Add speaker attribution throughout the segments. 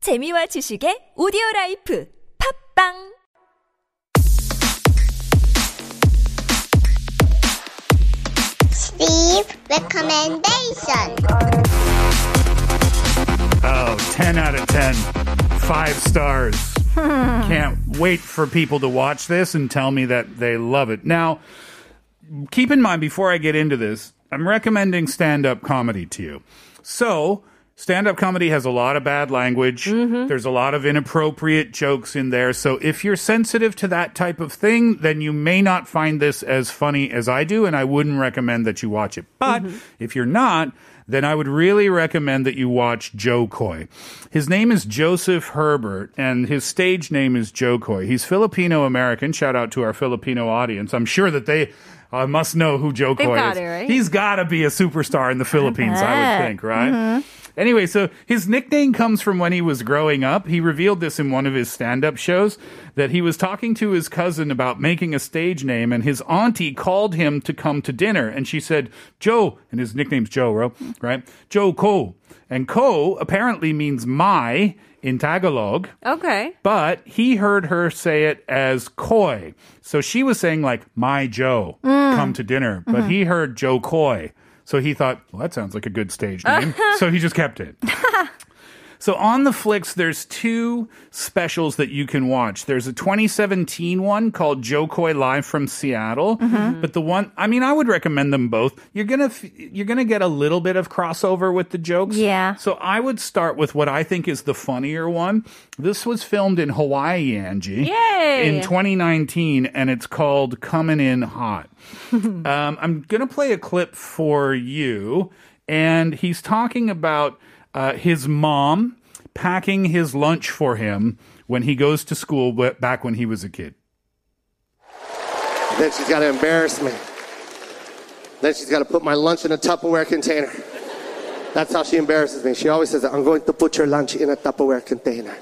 Speaker 1: 재미와 지식의 오디오 라이프 팝빵
Speaker 2: Steve recommendation.
Speaker 3: Oh, 10 out of 10. Five stars. Can't wait for people to watch this and tell me that they love it. Now, keep in mind before I get into this, I'm recommending stand up comedy to you. So, stand up comedy has a lot of bad language.
Speaker 4: Mm-hmm.
Speaker 3: There's a lot of inappropriate jokes in there. So, if you're sensitive to that type of thing, then you may not find this as funny as I do, and I wouldn't recommend that you watch it. But
Speaker 4: Mm-hmm.
Speaker 3: if you're not, then I would really recommend that you watch Joe Coy. His name is Joseph Herbert, and his stage name is Joe Coy. He's Filipino American. Shout out to our Filipino audience. I'm sure that they uh, must know who Joe Coy
Speaker 4: got
Speaker 3: is.
Speaker 4: it, right?
Speaker 3: He's got to be a superstar in the Philippines, I would
Speaker 4: bet.
Speaker 3: think, right? Anyway, so his nickname comes from when he was growing up. He revealed this in one of his stand up shows that he was talking to his cousin about making a stage name, and his auntie called him to come to dinner. And she said, Joe, and his nickname's Joe, ro- right? Joe Ko. And Ko apparently means my in Tagalog
Speaker 4: Okay.
Speaker 3: but he heard her say it as coy. So she was saying like my Joe come to dinner, but he heard Joe Coy. So he thought, well, that sounds like a good stage name. so he just kept it. So on the flicks, there's two specials that you can watch. There's a 2017 one called Joe Coy Live from Seattle, but the one I mean, I would recommend them both. You're gonna f- you're gonna get a little bit of crossover with the jokes.
Speaker 4: Yeah.
Speaker 3: So I would start with what I think is the funnier one. This was filmed in Hawaii, Angie.
Speaker 4: Yay!
Speaker 3: In 2019, and it's called "Coming In Hot." um, I'm going to play a clip for you. And he's talking about uh, his mom packing his lunch for him when he goes to school but back when he was a kid.
Speaker 5: Then she's got to embarrass me. Then she's got to put my lunch in a Tupperware container. That's how she embarrasses me. She always says, I'm going to put your lunch in a Tupperware container.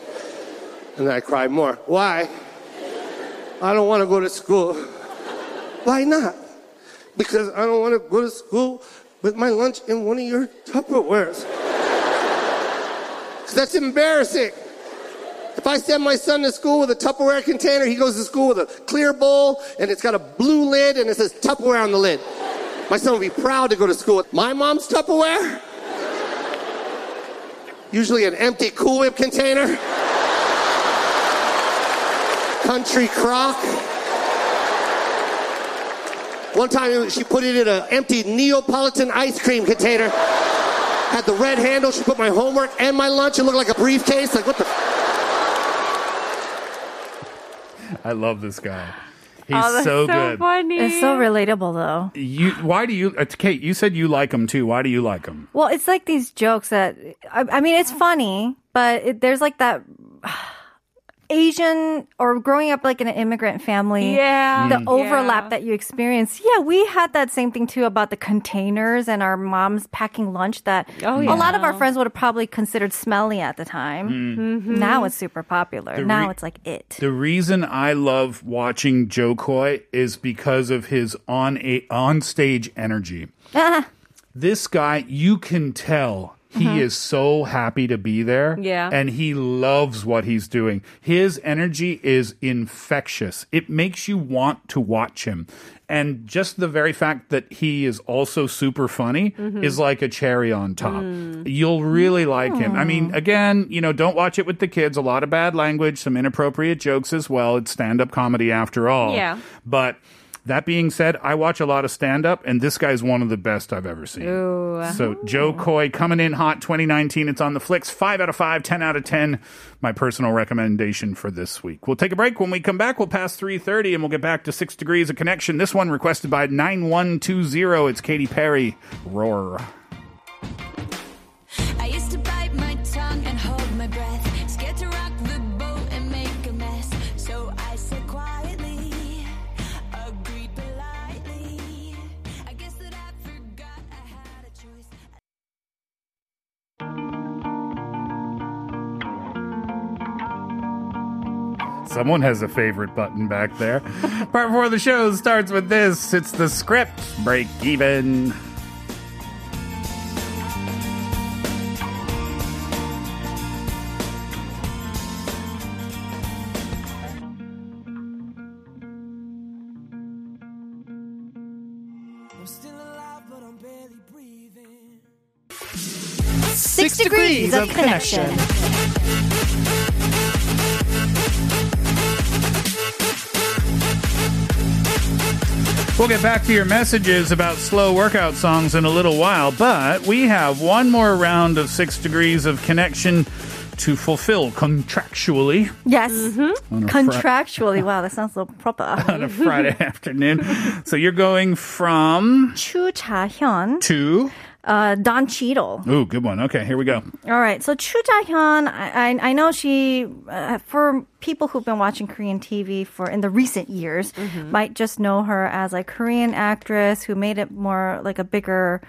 Speaker 5: And then I cry more. Why? I don't want to go to school. Why not? Because I don't want to go to school with my lunch in one of your Tupperwares. 'Cause that's embarrassing. If I send my son to school with a Tupperware container, he goes to school with a clear bowl and it's got a blue lid and it says Tupperware on the lid. My son would be proud to go to school with my mom's Tupperware. Usually an empty Cool Whip container. Country crock. One time she put it in an empty Neapolitan ice cream container. Had the red handle. She put my homework and my lunch. It looked like a briefcase. Like, what the?
Speaker 3: I love this guy. He's
Speaker 4: Oh, that's
Speaker 3: so, good.
Speaker 4: funny.
Speaker 6: It's so relatable though.
Speaker 3: You, why do you, uh, Kate? You said you like him too. Why do you like him?
Speaker 6: Well, it's like these jokes that I, I mean, it's funny, but it, there's like that Asian or growing up like in an immigrant family.
Speaker 4: Yeah.
Speaker 6: The
Speaker 4: Mm.
Speaker 6: overlap
Speaker 4: Yeah.
Speaker 6: that you experience. Yeah, we had that same thing too about the containers and our moms packing lunch that a lot of
Speaker 4: Oh, yeah. Mm-hmm.
Speaker 6: our friends would have probably considered smelly at the time. Now it's super popular.
Speaker 3: Mm. The
Speaker 6: now
Speaker 3: re-
Speaker 6: it's like it.
Speaker 3: The reason I love watching Joe Coy is because of his on a on stage energy. This guy, you can tell he is so happy to be there.
Speaker 4: Yeah.
Speaker 3: And he loves what he's doing. His energy is infectious. It makes you want to watch him. And just the very fact that he is also super funny
Speaker 4: Mm-hmm.
Speaker 3: is like a cherry on top.
Speaker 4: Mm.
Speaker 3: You'll really like him. I mean, again, you know, don't watch it with the kids. A lot of bad language, some inappropriate jokes as well. It's stand up comedy after all.
Speaker 4: Yeah.
Speaker 3: But. That being said, I watch a lot of stand up, and this guy's one of the best I've ever seen. So, Joe Coy coming in hot 2019. It's on the flicks. 5 out of 5, 10 out of 10. My personal recommendation for this week. We'll take a break. When we come back, we'll pass 3.30 and we'll get back to 6 degrees of connection. This one requested by 9120. It's Katy Perry. Roar.
Speaker 7: I used to bite my tongue and hold my breath, scared to rock the boat and make a mess. So I said quietly, agreed politely. I guess that I forgot I had a choice.
Speaker 3: Someone has a favorite button back there. Part 4 of the show starts with this. It's the script. Break even.
Speaker 4: Six degrees of connection.
Speaker 3: We'll get back to your messages about slow workout songs in a little while, but we have one more round of six degrees of connection to fulfill contractually
Speaker 6: Yes.
Speaker 3: Mm-hmm. a Fri-
Speaker 6: Contractually. Wow, that sounds so proper.
Speaker 3: on a Friday afternoon. So you're going from
Speaker 6: Chu Cha Hyun,
Speaker 3: to
Speaker 6: uh, Don Cheadle.
Speaker 3: ooh, good one. Okay, here we go.
Speaker 6: All right, so Chu Cha Hyun, I, I, I know she, uh, for people who've been watching Korean TV for in the recent years, might just know her as a Korean actress who made it more like a bigger,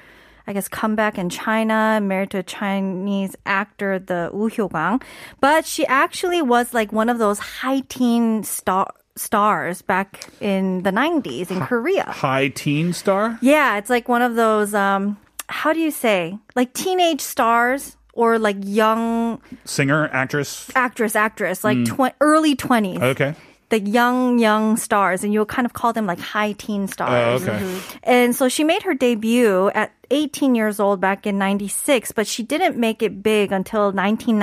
Speaker 6: I guess, comeback in China, married to a Chinese actor, the Woo Hyo-gang. But she actually was like one of those high teen star, stars back in the 90s in Korea.
Speaker 3: High teen star.
Speaker 6: Yeah, it's like one of those um how do you say? Like teenage stars or like young
Speaker 3: singer, actress.
Speaker 6: actress actress like tw- early 20s.
Speaker 3: Hmm. Okay.
Speaker 6: The young young stars and you'll kind of call them like high teen
Speaker 3: Oh,
Speaker 6: stars.
Speaker 3: okay.
Speaker 6: And so she made her debut at 18 years old back in 96, but she didn't make it big until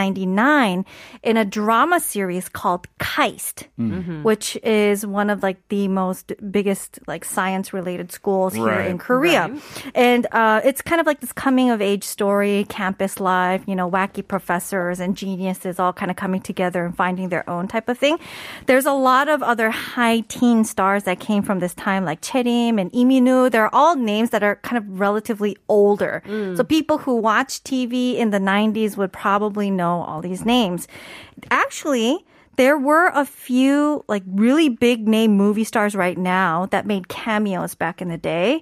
Speaker 6: 1999 in a drama series called Keist,
Speaker 3: Hmm. Mm-hmm.
Speaker 6: which is one of like the most biggest like science related schools here
Speaker 3: Right.
Speaker 6: in Korea. And uh, it's kind of like this coming of age story, campus life, you know, wacky professors and geniuses all kind of coming together and finding their own type of thing. There's a lot of other high teen stars that came from this time, like Cherim and Iminu. They're all names that are kind of relatively older.
Speaker 3: Mm.
Speaker 6: So people who watch TV in the 90s would probably know all these names. Actually, there were a few like really big name movie stars right now that made cameos back in the day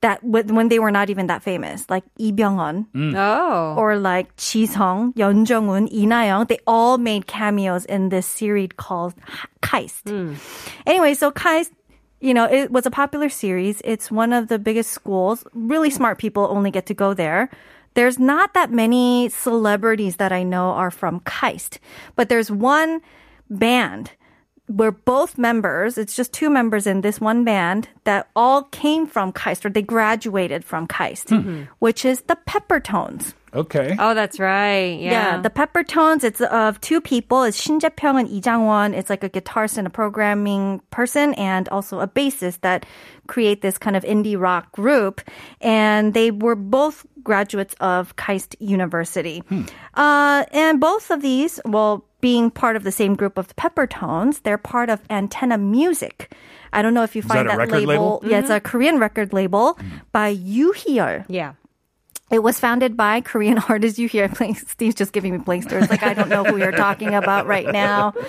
Speaker 6: that when when they were not even that famous like Lee Byung-hun
Speaker 4: Oh.
Speaker 6: or like Ji Sung, Yeon Jong-un, Lee Na-young they all made cameos in this series called Keist. Anyway, so Keist you know, it was a popular series. It's one of the biggest schools. Really smart people only get to go there. There's not that many celebrities that I know are from Keist, but there's one band where both members, it's just two members in this one band that all came from Keist or they graduated from Keist, which is the Peppertones.
Speaker 3: Okay.
Speaker 4: Oh, that's right.
Speaker 6: Yeah,
Speaker 4: Yeah.
Speaker 6: the Peppertones. It's of two people. It's Shin Jae-pyong and Lee Jang-won. It's like a guitarist and a programming person, and also a bassist that create this kind of indie rock group. And they were both graduates of Keist University,
Speaker 3: Hmm.
Speaker 6: uh, and both of these, well, being part of the same group of the Peppertones, they're part of Antenna Music. I don't know if you find
Speaker 3: that a record label? Hmm.
Speaker 6: Yeah, it's a Korean record label by Yoo Hyul.
Speaker 4: yeah.
Speaker 6: It was founded by Korean artists. You hear playing, Steve's just giving me blank stares. Like, I don't know who you're talking about right now. Come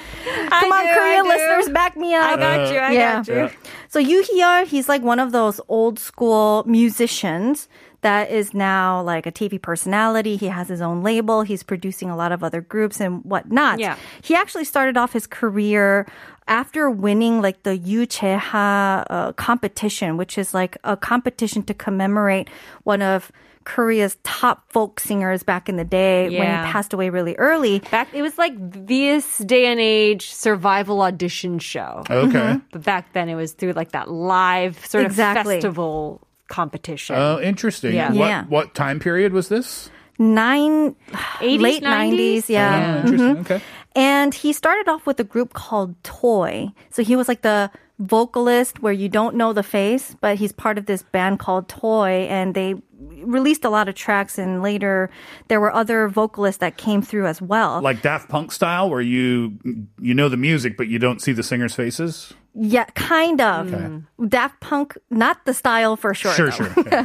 Speaker 6: on,
Speaker 4: do, I
Speaker 6: Korean
Speaker 4: do.
Speaker 6: listeners, back me up.
Speaker 4: I got you. I
Speaker 6: yeah.
Speaker 4: got you.
Speaker 6: So Yoo Hyun, he's like one of those old school musicians that is now like a TV personality. He has his own label. He's producing a lot of other groups and whatnot.
Speaker 4: Yeah.
Speaker 6: He actually started off his career after winning like the Yu Cheha uh, competition, which is like a competition to commemorate one of Korea's top folk singers back in the day when he
Speaker 4: Yeah.
Speaker 6: passed away really early.
Speaker 4: Back, it was like this day and age survival audition show.
Speaker 3: Okay.
Speaker 4: But back then, it was through like that live sort
Speaker 6: Exactly.
Speaker 4: of festival competition.
Speaker 3: Oh, interesting.
Speaker 4: Yeah.
Speaker 3: What
Speaker 6: Yeah.
Speaker 3: what time period was this?
Speaker 6: Nine,
Speaker 4: 80s,
Speaker 6: late 90s, yeah.
Speaker 3: Oh, interesting. Okay.
Speaker 6: And he started off with a group called Toy. So he was like the vocalist where you don't know the face, but he's part of this band called Toy and they released a lot of tracks and later there were other vocalists that came through as well.
Speaker 3: Like Daft Punk style, where you you know the music but you don't see the singers' faces.
Speaker 6: yeah, kind of.
Speaker 3: Okay.
Speaker 6: Daft Punk, not the style for sure.
Speaker 3: Sure,
Speaker 6: though.
Speaker 3: sure. Okay.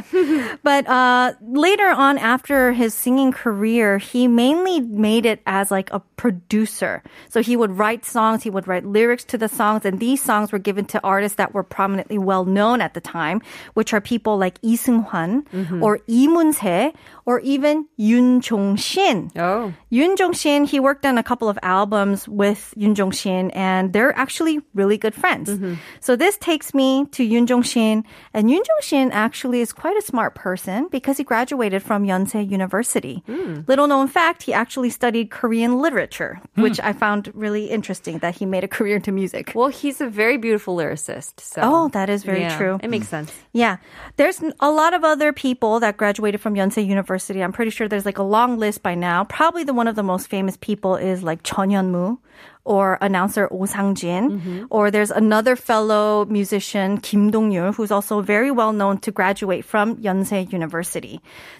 Speaker 6: But uh, later on, after his singing career, he mainly made it as like a producer. So he would write songs, he would write lyrics to the songs, and these songs were given to artists that were prominently well known at the time, which are people like Lee Seung Hwan or Lee Moon Se or even Yoon Jong Shin.
Speaker 4: oh.
Speaker 6: Yoon Jong Shin, he worked on a couple of albums with Yoon Jong Shin, and they're actually really good friends. friends. So this takes me to Yoon Jong Shin, and Yoon Jong Shin actually is quite a smart person because he graduated from Yonsei University. Little known fact, he actually studied Korean literature, which I found really interesting that he made a career into music.
Speaker 4: Well, he's a very beautiful lyricist. So.
Speaker 6: Oh, that is very
Speaker 4: Yeah,
Speaker 6: true.
Speaker 4: It makes sense.
Speaker 6: Yeah. There's n- a lot of other people that graduated from Yonsei University. I'm pretty sure there's like a long list by now. Probably the one of the most famous people is like Chun Yun-mu or announcer Oh Sang-jin or there's another fellow musician Kim Dong-yul who's also very well known to graduate from Yonsei University.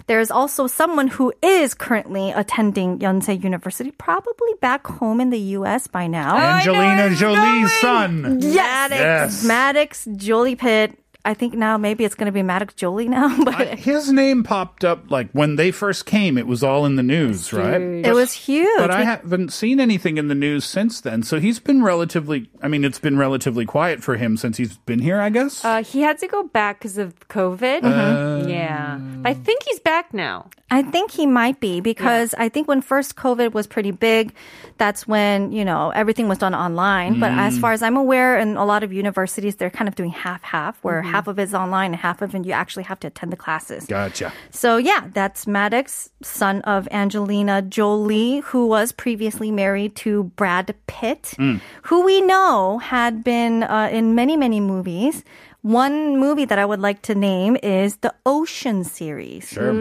Speaker 6: There's also someone who is currently attending Yonsei University probably back home in the US by now.
Speaker 3: Angelina Jolie's son.
Speaker 6: Yes.
Speaker 3: Yes.
Speaker 6: Maddox Jolie Pitt. I think now maybe it's going to be Maddox Jolie now, but
Speaker 3: His name popped up like when they first came. It was all in the news, right?
Speaker 6: it was huge.
Speaker 3: But I haven't seen anything in the news since then. So he's been relatively. I mean, it's been relatively quiet for him since he's been here. I guess.
Speaker 4: Uh, he had to go back because of COVID.
Speaker 3: Uh-huh.
Speaker 4: Yeah. But I think he's back now.
Speaker 6: I think he might be because I think when first COVID was pretty big, that's when, you know, everything was done online. But as
Speaker 3: Mm.
Speaker 6: far as I'm aware, in a lot of universities, they're kind of doing half half, where
Speaker 3: Mm-hmm.
Speaker 6: half of it's online and half of it you actually have to attend the classes.
Speaker 3: gotcha.
Speaker 6: So yeah, that's Maddox, son of Angelina Jolie, who was previously married to Brad Pitt,
Speaker 3: Mm.
Speaker 6: who we know had been uh, in many many movies. One movie that I would like to name is the Ocean series.
Speaker 3: Sure.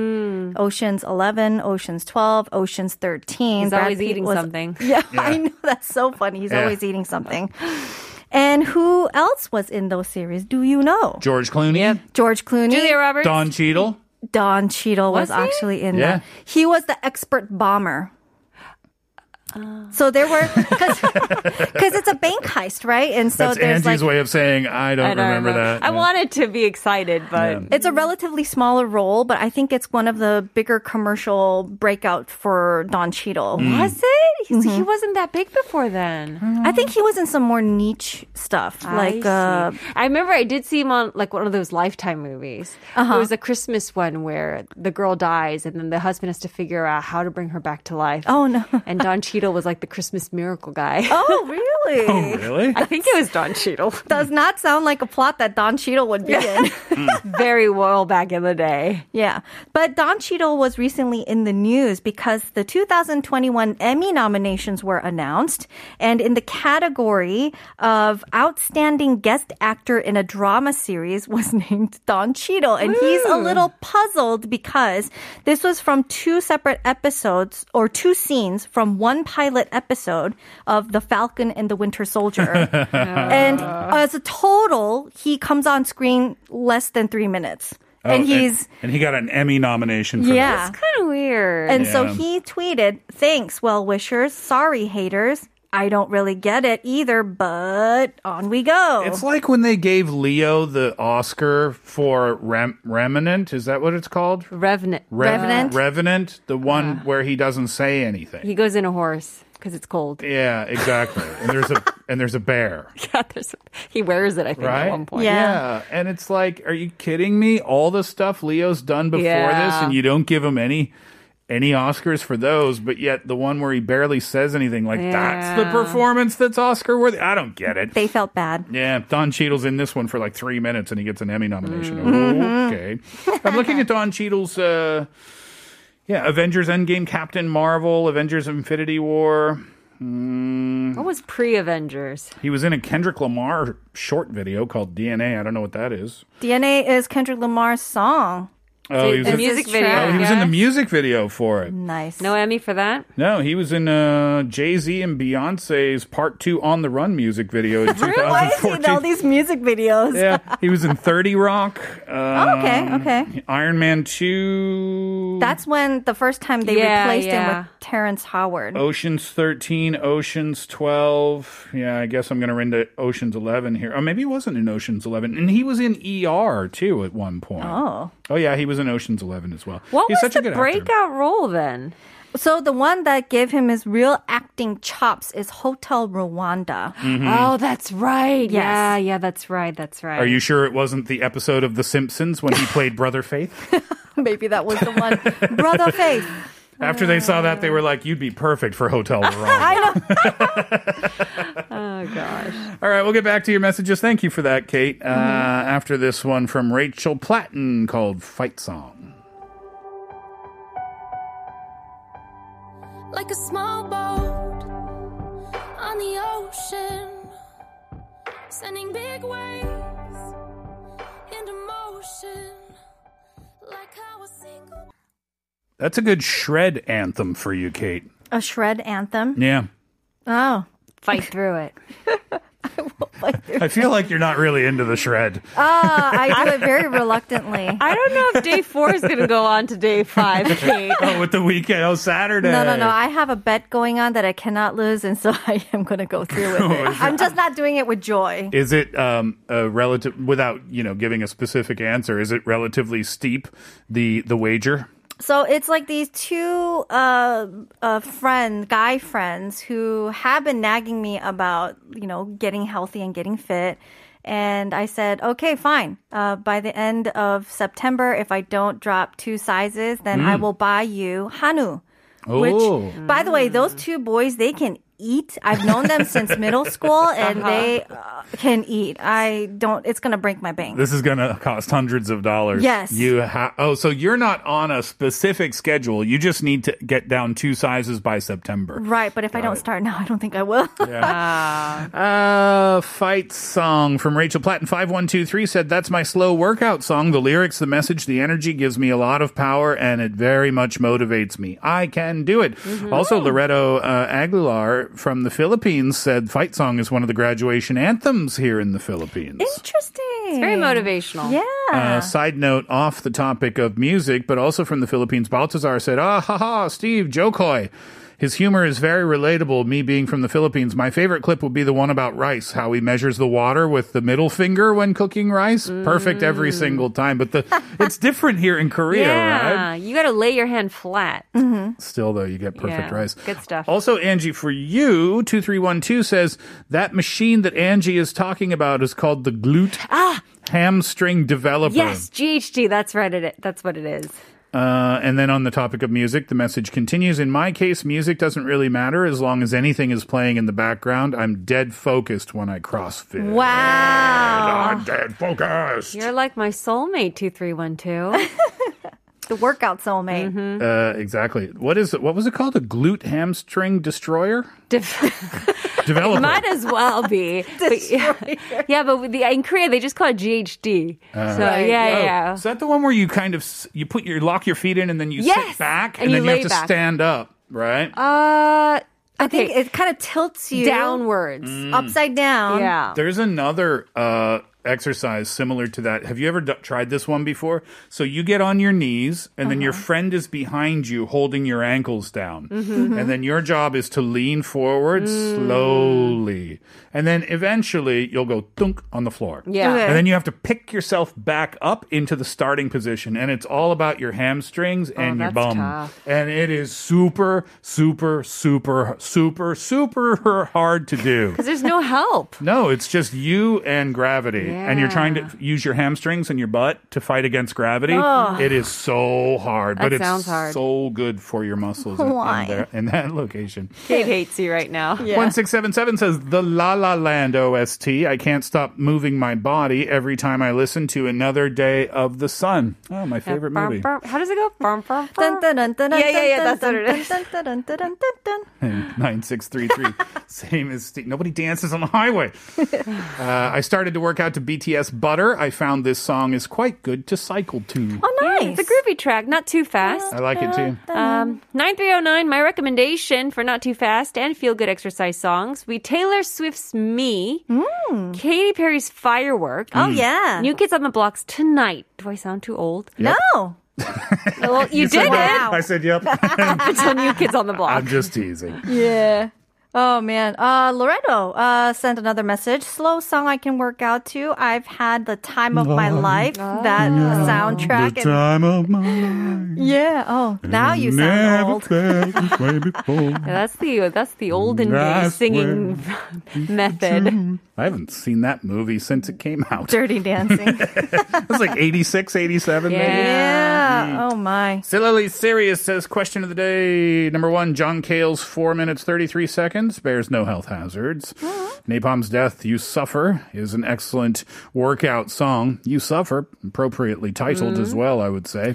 Speaker 6: Oceans 11, Oceans 12, Oceans 13.
Speaker 4: He's
Speaker 6: Brad
Speaker 4: always
Speaker 6: Pitt
Speaker 4: eating
Speaker 6: was-
Speaker 4: something.
Speaker 6: Yeah, I know. That's so funny. He's
Speaker 3: Yeah.
Speaker 6: always eating something. And who else was in those series? Do you know?
Speaker 3: George Clooney.
Speaker 6: George Clooney.
Speaker 4: Julia Roberts.
Speaker 3: Don Cheadle.
Speaker 6: Don Cheadle was,
Speaker 4: Was he?
Speaker 6: actually in
Speaker 3: Yeah.
Speaker 6: that. He was the expert bomber. So there were because it's a bank heist, right? And so
Speaker 3: That's
Speaker 6: there's
Speaker 3: Angie's
Speaker 6: like
Speaker 3: way of saying I don't,
Speaker 4: I don't
Speaker 3: remember, that.
Speaker 4: I
Speaker 3: Yeah.
Speaker 4: wanted to be excited, but
Speaker 6: it's a relatively smaller role, but I think it's one of the bigger commercial breakout for Don Cheadle.
Speaker 3: Mm.
Speaker 4: was it? He's-
Speaker 6: Mm-hmm.
Speaker 4: He wasn't that big before then.
Speaker 6: I think he was in some more niche stuff, like
Speaker 4: I
Speaker 6: uh,
Speaker 4: see. I remember I did see him on like one of those Lifetime movies. It was a Christmas one where the girl dies and then the husband has to figure out how to bring her back to life.
Speaker 6: oh no,
Speaker 4: And Don Cheadle was like the Christmas miracle guy.
Speaker 6: oh really?
Speaker 3: Really? Oh,
Speaker 4: I think it was Don Cheadle.
Speaker 6: Does not sound like a plot that Don Cheadle would be in.
Speaker 4: Very well back in the day.
Speaker 6: Yeah. But Don Cheadle was recently in the news because the 2021 Emmy nominations were announced. And in the category of Outstanding Guest Actor in a Drama Series was named Don Cheadle. And he's a little puzzled because this was from two separate episodes or two scenes from one pilot episode of The Falcon and the Winter Soldier. and as a total, he comes on screen less than three minutes.
Speaker 3: Oh,
Speaker 6: and he's
Speaker 3: and he got an Emmy nomination. For
Speaker 6: yeah.
Speaker 4: Kind of weird.
Speaker 6: And so
Speaker 3: Yeah.
Speaker 6: he tweeted, Thanks, well wishers. Sorry, haters. I don't really get it either, but on we go.
Speaker 3: It's like when they gave Leo the Oscar for Rem- Remnant. Is that what it's called?
Speaker 4: Revenant.
Speaker 3: Re-
Speaker 6: Revenant?
Speaker 3: Revenant, the one where he doesn't say anything.
Speaker 4: He goes in a horse because it's cold.
Speaker 3: Yeah, exactly. and there's a and there's a bear,
Speaker 4: Yeah, there's, he wears it, I think,
Speaker 3: right?
Speaker 4: at one point.
Speaker 6: Yeah.
Speaker 3: and it's like, are you kidding me? All the stuff Leo's done before this,
Speaker 4: Yeah.
Speaker 3: and you don't give him any any Oscars for those, but yet the one where he barely says anything, like that's the
Speaker 4: Yeah.
Speaker 3: performance that's Oscar worthy. I don't get it.
Speaker 6: they felt bad.
Speaker 3: Yeah, Don Cheadle's in this one for like three minutes, and he gets an Emmy nomination.
Speaker 6: Mm-hmm.
Speaker 3: Okay, I'm looking at Don Cheadle's. Uh, yeah, Avengers Endgame, Captain Marvel, Avengers Infinity War.
Speaker 4: What was pre Avengers?
Speaker 3: He was in a Kendrick Lamar short video called DNA. I don't know what that is.
Speaker 6: DNA is Kendrick Lamar's song.
Speaker 3: Oh, he was,
Speaker 4: the
Speaker 3: in,
Speaker 4: music
Speaker 6: This
Speaker 4: video.
Speaker 6: track.
Speaker 3: oh, he was
Speaker 4: yeah.
Speaker 3: in the music video for it.
Speaker 6: Nice.
Speaker 4: No Emmy for that?
Speaker 3: No, he was in uh, Jay Z and Beyonce's Part Two on the Run music video in
Speaker 6: Why is he in
Speaker 3: 2014.
Speaker 6: all these music videos?
Speaker 3: yeah, he was in 30 Rock.
Speaker 6: Oh, okay,
Speaker 3: um,
Speaker 6: okay.
Speaker 3: Iron Man 2.
Speaker 6: That's when the first time they
Speaker 4: Yeah,
Speaker 6: replaced him
Speaker 4: yeah.
Speaker 6: with Terrence Howard.
Speaker 3: Oceans 13, Oceans 12. Yeah, I guess I'm going to run to Oceans 11 here. Oh, maybe he wasn't in Oceans 11. And he was in ER too at one point.
Speaker 6: Oh.
Speaker 3: Oh, yeah, he was in Oceans 11 as well.
Speaker 4: What
Speaker 3: He's
Speaker 4: was
Speaker 3: such
Speaker 4: the
Speaker 3: a good
Speaker 4: breakout
Speaker 3: Actor.
Speaker 4: role then?
Speaker 6: So the one that gave him his real acting chops is Hotel Rwanda.
Speaker 3: Mm.
Speaker 4: Oh, that's right.
Speaker 6: Yes.
Speaker 4: Yeah, yeah, that's right. That's right.
Speaker 3: Are you sure it wasn't the episode of The Simpsons when he played Brother Faith?
Speaker 6: Maybe that was the one. Brother Faith.
Speaker 3: After they saw that, they were like, you'd be perfect for Hotel Rwanda.
Speaker 4: Oh, gosh.
Speaker 3: All All right, we'll get back to your messages. Thank you for that, Kate. Uh,
Speaker 4: Mm-hmm.
Speaker 3: After this one from Rachel Platten called Fight Song.
Speaker 7: like a small boat on the ocean, sending big waves into motion, like how a single.
Speaker 3: That's a good shred anthem for you, Kate.
Speaker 6: A shred anthem.
Speaker 3: Yeah. Mm.
Speaker 6: Oh.
Speaker 4: Fight through it.
Speaker 3: I feel like you're not really into the shred.
Speaker 6: Ah, I do it very reluctantly.
Speaker 4: I don't know if day four is going to go on to day five, Kate.
Speaker 3: Oh, with the weekend. Oh, Saturday.
Speaker 6: No, no, no. I have a bet going on that I cannot lose, and so I am going to go through with it. I'm just not doing it with joy.
Speaker 3: Is it um, a relative without you know giving a specific answer? Is it relatively steep the the wager?
Speaker 6: So it's like these two uh, uh, friend, guy friends, who have been nagging me about you know getting healthy and getting fit. And I said, okay, fine. Uh, by the end of September, if I don't drop two sizes, then I will buy you Hanu.
Speaker 3: Mm. Oh.
Speaker 6: Which, by the way, those two boys, they can eat. I've known them since middle school, and they uh, can eat. I don't. It's gonna break my bank.
Speaker 3: This is going to cost hundreds of dollars.
Speaker 6: Yes.
Speaker 3: You ha- oh, so you're not on a specific schedule. You just need to get down two sizes by September.
Speaker 6: Right, but if I don't start now, I don't think I will.
Speaker 3: Uh, fight song from Rachel Platten. Five one two three said that's my slow workout song. The lyrics, the message, the energy gives me a lot of power, and it very much motivates me. I can do it. Also, Loretto uh, Aguilar from the Philippines said fight song is one of the graduation anthems here in the Philippines.
Speaker 6: Interesting. It's
Speaker 4: Very motivational.
Speaker 6: Yeah.
Speaker 3: Uh, side note off the topic of music, but also from the Philippines, Baltazar said, ah, ha, ha, Steve, Jokoy. His humor is very relatable, me being from the Philippines. My favorite clip would be the one about rice, how he measures the water with the middle finger when cooking rice. Perfect every single time. But the it's different here in Korea, right?
Speaker 4: Mm. Yeah, you got to lay your hand flat.
Speaker 3: Still, though, you get perfect
Speaker 4: Yeah,
Speaker 3: rice.
Speaker 4: good stuff.
Speaker 3: Also, Angie, for you, 2312 says that machine that Angie is talking about is called the glute hamstring developer.
Speaker 4: Ah. Yes, GHD. That's right. It. That's what it is.
Speaker 3: Uh, and then on the topic of music, the message continues. In my case, music doesn't really matter as long as anything is playing in the background. I'm dead focused when I CrossFit.
Speaker 6: Wow.
Speaker 3: I'm Ah, dead focused.
Speaker 4: You're like my soulmate. Two three one two.
Speaker 6: The workout soulmate.
Speaker 3: Uh, exactly. What is what was it called? A glute hamstring destroyer developer.
Speaker 4: Might as well be. But yeah, yeah, but with the, in Korea they just call it GHD. so yeah,
Speaker 3: Oh,
Speaker 4: yeah.
Speaker 3: Is that the one where you kind of s- you put your lock your feet in and then you sit
Speaker 4: Yes,
Speaker 3: back
Speaker 4: and you
Speaker 3: then you,
Speaker 4: lay
Speaker 3: have to
Speaker 4: back.
Speaker 3: stand up, right?
Speaker 4: Uh,
Speaker 6: I think it kind of tilts you Mm.
Speaker 4: downwards.
Speaker 6: upside down.
Speaker 4: Yeah.
Speaker 3: There's another uh, exercise similar to that. Have you ever d- tried this one before? So you get on your knees, and then your
Speaker 4: Uh-huh.
Speaker 3: friend is behind you holding your ankles down.
Speaker 4: Mm-hmm.
Speaker 3: And then your job is to lean forward
Speaker 4: Mm.
Speaker 3: slowly. And then eventually you'll go thunk on the floor.
Speaker 4: Yeah.
Speaker 6: Okay.
Speaker 3: And then you have to pick yourself back up into the starting position. And it's all about your hamstrings and your
Speaker 4: Oh, that's
Speaker 3: bum.
Speaker 4: tough.
Speaker 3: And it is super, super, super, super, super hard to do.
Speaker 4: Because there's no help.
Speaker 3: No, it's just you and gravity. And you're trying to
Speaker 4: Yeah.
Speaker 3: f- use your hamstrings and your butt to fight against gravity. It is so hard, but
Speaker 4: That
Speaker 3: it's
Speaker 4: sounds hard.
Speaker 3: so good for your muscles in, in
Speaker 6: Why?
Speaker 3: there- in that location.
Speaker 4: Kate hates you right now.
Speaker 3: 1677 says the La La Land OST. I can't stop moving my body every time I listen to Another Day of the Sun. Oh, my favorite movie.
Speaker 4: Burm, burm. How does it go? Burm, burm,
Speaker 6: Dun,
Speaker 4: burm.
Speaker 6: dun, dun, dun, dun,
Speaker 4: Yeah, yeah, yeah,
Speaker 6: dun,
Speaker 4: that's what it
Speaker 6: dun,
Speaker 4: is.
Speaker 6: dun, dun, dun, dun, dun, dun, dun.
Speaker 3: 9633. Same as Steve. Nobody dances on the highway. uh, I started to work out to BTS Butter. I found this song is quite good to cycle to.
Speaker 6: Oh,
Speaker 4: Yeah,
Speaker 6: nice.
Speaker 4: It's a groovy track, not too fast.
Speaker 3: I like it too.
Speaker 4: Um, 9309, my recommendation for not too fast and feel good exercise songs. We Taylor Swift's Me, Katy Perry's Firework,
Speaker 3: Mm.
Speaker 6: Oh, yeah.
Speaker 4: New Kids on the Blocks tonight. Do I sound too old?
Speaker 6: no.
Speaker 4: Well, you,
Speaker 3: said
Speaker 4: did
Speaker 3: yep. I
Speaker 4: it.
Speaker 3: said, yep.
Speaker 4: Until New Kids on the Block.
Speaker 3: I'm just teasing.
Speaker 6: Yeah. Oh man. Uh Loretto uh sent another message. Slow song I can work out to. I've had the time of my life. That soundtrack. and-
Speaker 3: Oh. Time of my
Speaker 6: yeah. Oh. Now you sound old.
Speaker 3: felt this way before.
Speaker 4: Yeah, that's the that's the olden day
Speaker 3: That's
Speaker 4: singing method.
Speaker 3: I haven't seen that movie since it came out. It
Speaker 6: Dirty dancing.
Speaker 3: was like 86, 87 maybe.
Speaker 6: yeah. Oh my.
Speaker 3: Sillily Serious says question of the day number one, John Cale's four minutes thirty three seconds. napalm spares no health hazards. Napalm's death, You Suffer, is an excellent workout song. You Suffer, appropriately titled as well, I would say.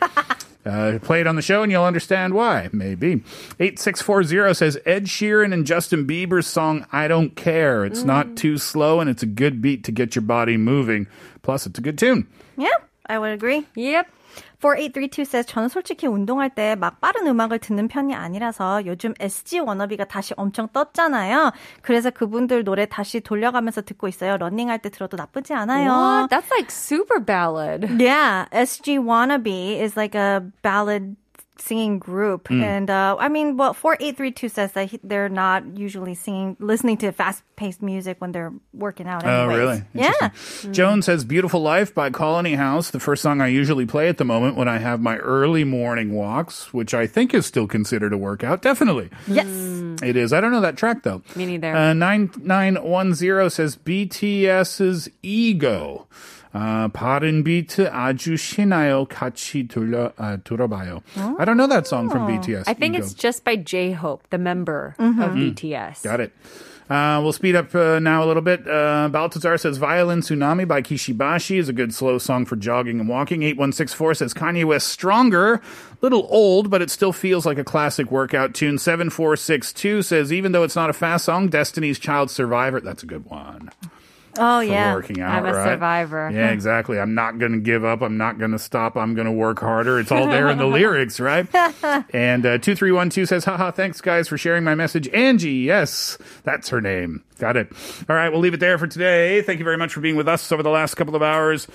Speaker 3: Uh, play it on the show and you'll understand why, maybe. 8640 says Ed Sheeran and Justin Bieber's song I Don't Care. It's not too slow and it's a good beat to get your body moving. Plus, it's a good tune.
Speaker 6: Yeah, I would agree.
Speaker 4: Yep.
Speaker 6: 4832 says 저는 솔직히 운동할 때 막 빠른 음악을 듣는 편이 아니라서 요즘 SG 워너비가 다시 엄청 떴잖아요. 그래서 그분들 노래 다시 돌려가면서 듣고 있어요. 러닝할 때 들어도 나쁘지 않아요.
Speaker 4: What? That's like super ballad.
Speaker 6: Yeah, SG Wannabe is like a ballad singing group,
Speaker 3: 음.
Speaker 6: and uh, I mean, well, four eight three two says that he, they're not usually singing, listening to fast paced music when they're working out.
Speaker 3: Oh,
Speaker 6: anyways.
Speaker 3: really?
Speaker 6: Yeah.
Speaker 4: Mm-hmm.
Speaker 3: Interesting. Joan says Beautiful Life by Colony House, the first song I usually play at the moment when I have my early morning walks, which I think is still considered a workout. Definitely.
Speaker 6: Yes.
Speaker 4: Hmm.
Speaker 3: It is. I don't know that track, though.
Speaker 4: Mm. Me neither.
Speaker 3: Uh, 9910 says BTS's Ego. Uh, 다른 비트 아주 신나요. 같이 둘러, 아, 들어봐요. uh, I don't know that song from BTS.
Speaker 4: Oh. I think
Speaker 3: Ego.
Speaker 4: it's just by J Hope, the member of
Speaker 3: Mm.
Speaker 4: BTS.
Speaker 3: Got it. Uh, we'll speed up uh, now a little bit. Uh, Baltazar says Violin Tsunami by Kishibashi is a good slow song for jogging and walking. 8164 says Kanye West Stronger. Little old, but it still feels like a classic workout tune. 7462 says even though it's not a fast song, Destiny's Child Survivor. That's a good one for
Speaker 6: Oh, yeah.
Speaker 3: working out.
Speaker 4: I'm a
Speaker 3: right?
Speaker 4: survivor.
Speaker 3: Yeah, exactly. I'm not going to give up. I'm not going to stop. I'm going to work harder. It's all there in the lyrics, right? And uh, 2312 says, haha, thanks guys for sharing my message. Angie, yes, that's her name. Got it. All right, we'll leave it there for today. Thank you very much for being with us over the last couple of hours.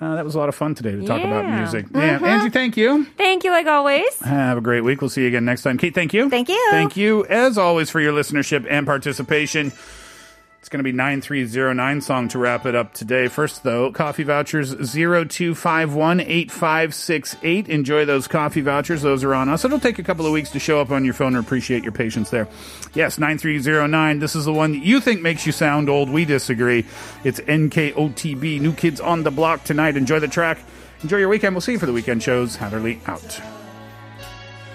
Speaker 3: Uh, that was a lot of fun today to talk about
Speaker 4: Yeah. Mm-hmm.
Speaker 3: music. Yeah, Angie, thank you.
Speaker 4: Thank you, like always.
Speaker 3: Have a great week. We'll see you again next time. Kate, thank you.
Speaker 6: Thank you.
Speaker 3: Thank you, as always, for your listenership and participation. It's going to be 9309 song to wrap it up today. First, though, coffee vouchers 0251 8568. Enjoy those coffee vouchers. Those are on us. It'll take a couple of weeks to show up on your phone. Appreciate your patience there. Yes, 9309. This is the one that you think makes you sound old. We disagree. It's NKOTB, New Kids on the Block tonight. Enjoy the track. Enjoy your weekend. We'll see you for the weekend shows. Hatherley out.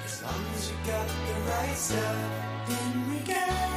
Speaker 8: As long as you got the right stuff, then we got